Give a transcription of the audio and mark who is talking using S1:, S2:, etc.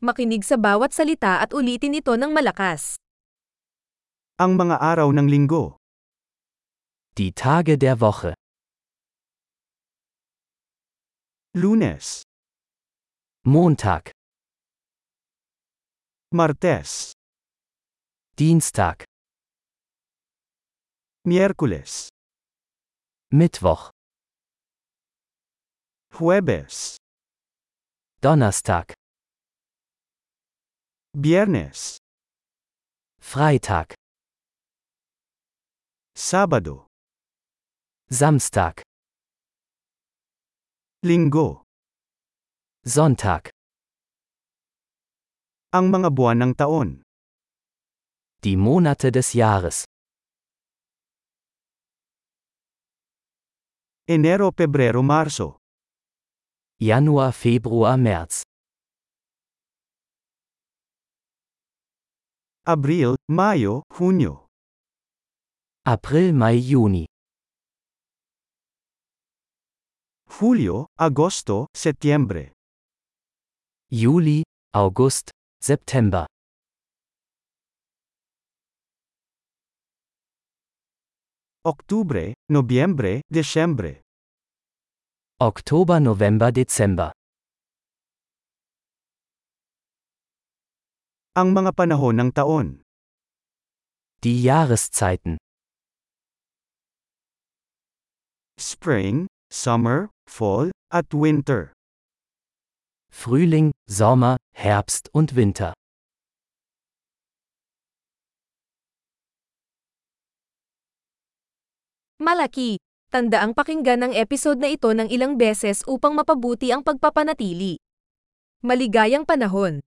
S1: Makinig sa bawat salita at ulitin ito ng malakas.
S2: Ang mga araw ng linggo,
S3: Die Tage der Woche.
S2: Lunes,
S3: Montag,
S2: Martes,
S3: Dienstag,
S2: Miyerkules,
S3: Mittwoch,
S2: Huwebes,
S3: Donnerstag,
S2: Biyernes,
S3: Freitag,
S2: Sabado,
S3: Samstag,
S2: Linggo.
S3: Sonntag.
S2: Ang mga buwan ng taon,
S3: Die Monate des Jahres.
S2: Enero, Pebrero, Marso,
S3: Januar, Februar, März.
S2: Abril, Mayo, Hunyo,
S3: April, Mai, Juni.
S2: Hulyo, Agosto, Setyembre,
S3: Juli, August, September.
S2: Oktubre, Nobyembre, Desyembre,
S3: Oktober, November, Dezember.
S2: ang mga panahon ng taon,
S3: Die Jahreszeiten.
S2: Spring, Summer, Fall, at Winter.
S3: Frühling, Sommer, Herbst und Winter.
S1: Malaki! Tanda ang pakinggan ng episode na ito ng ilang beses upang mapabuti ang pagpapanatili. Maligayang panahon!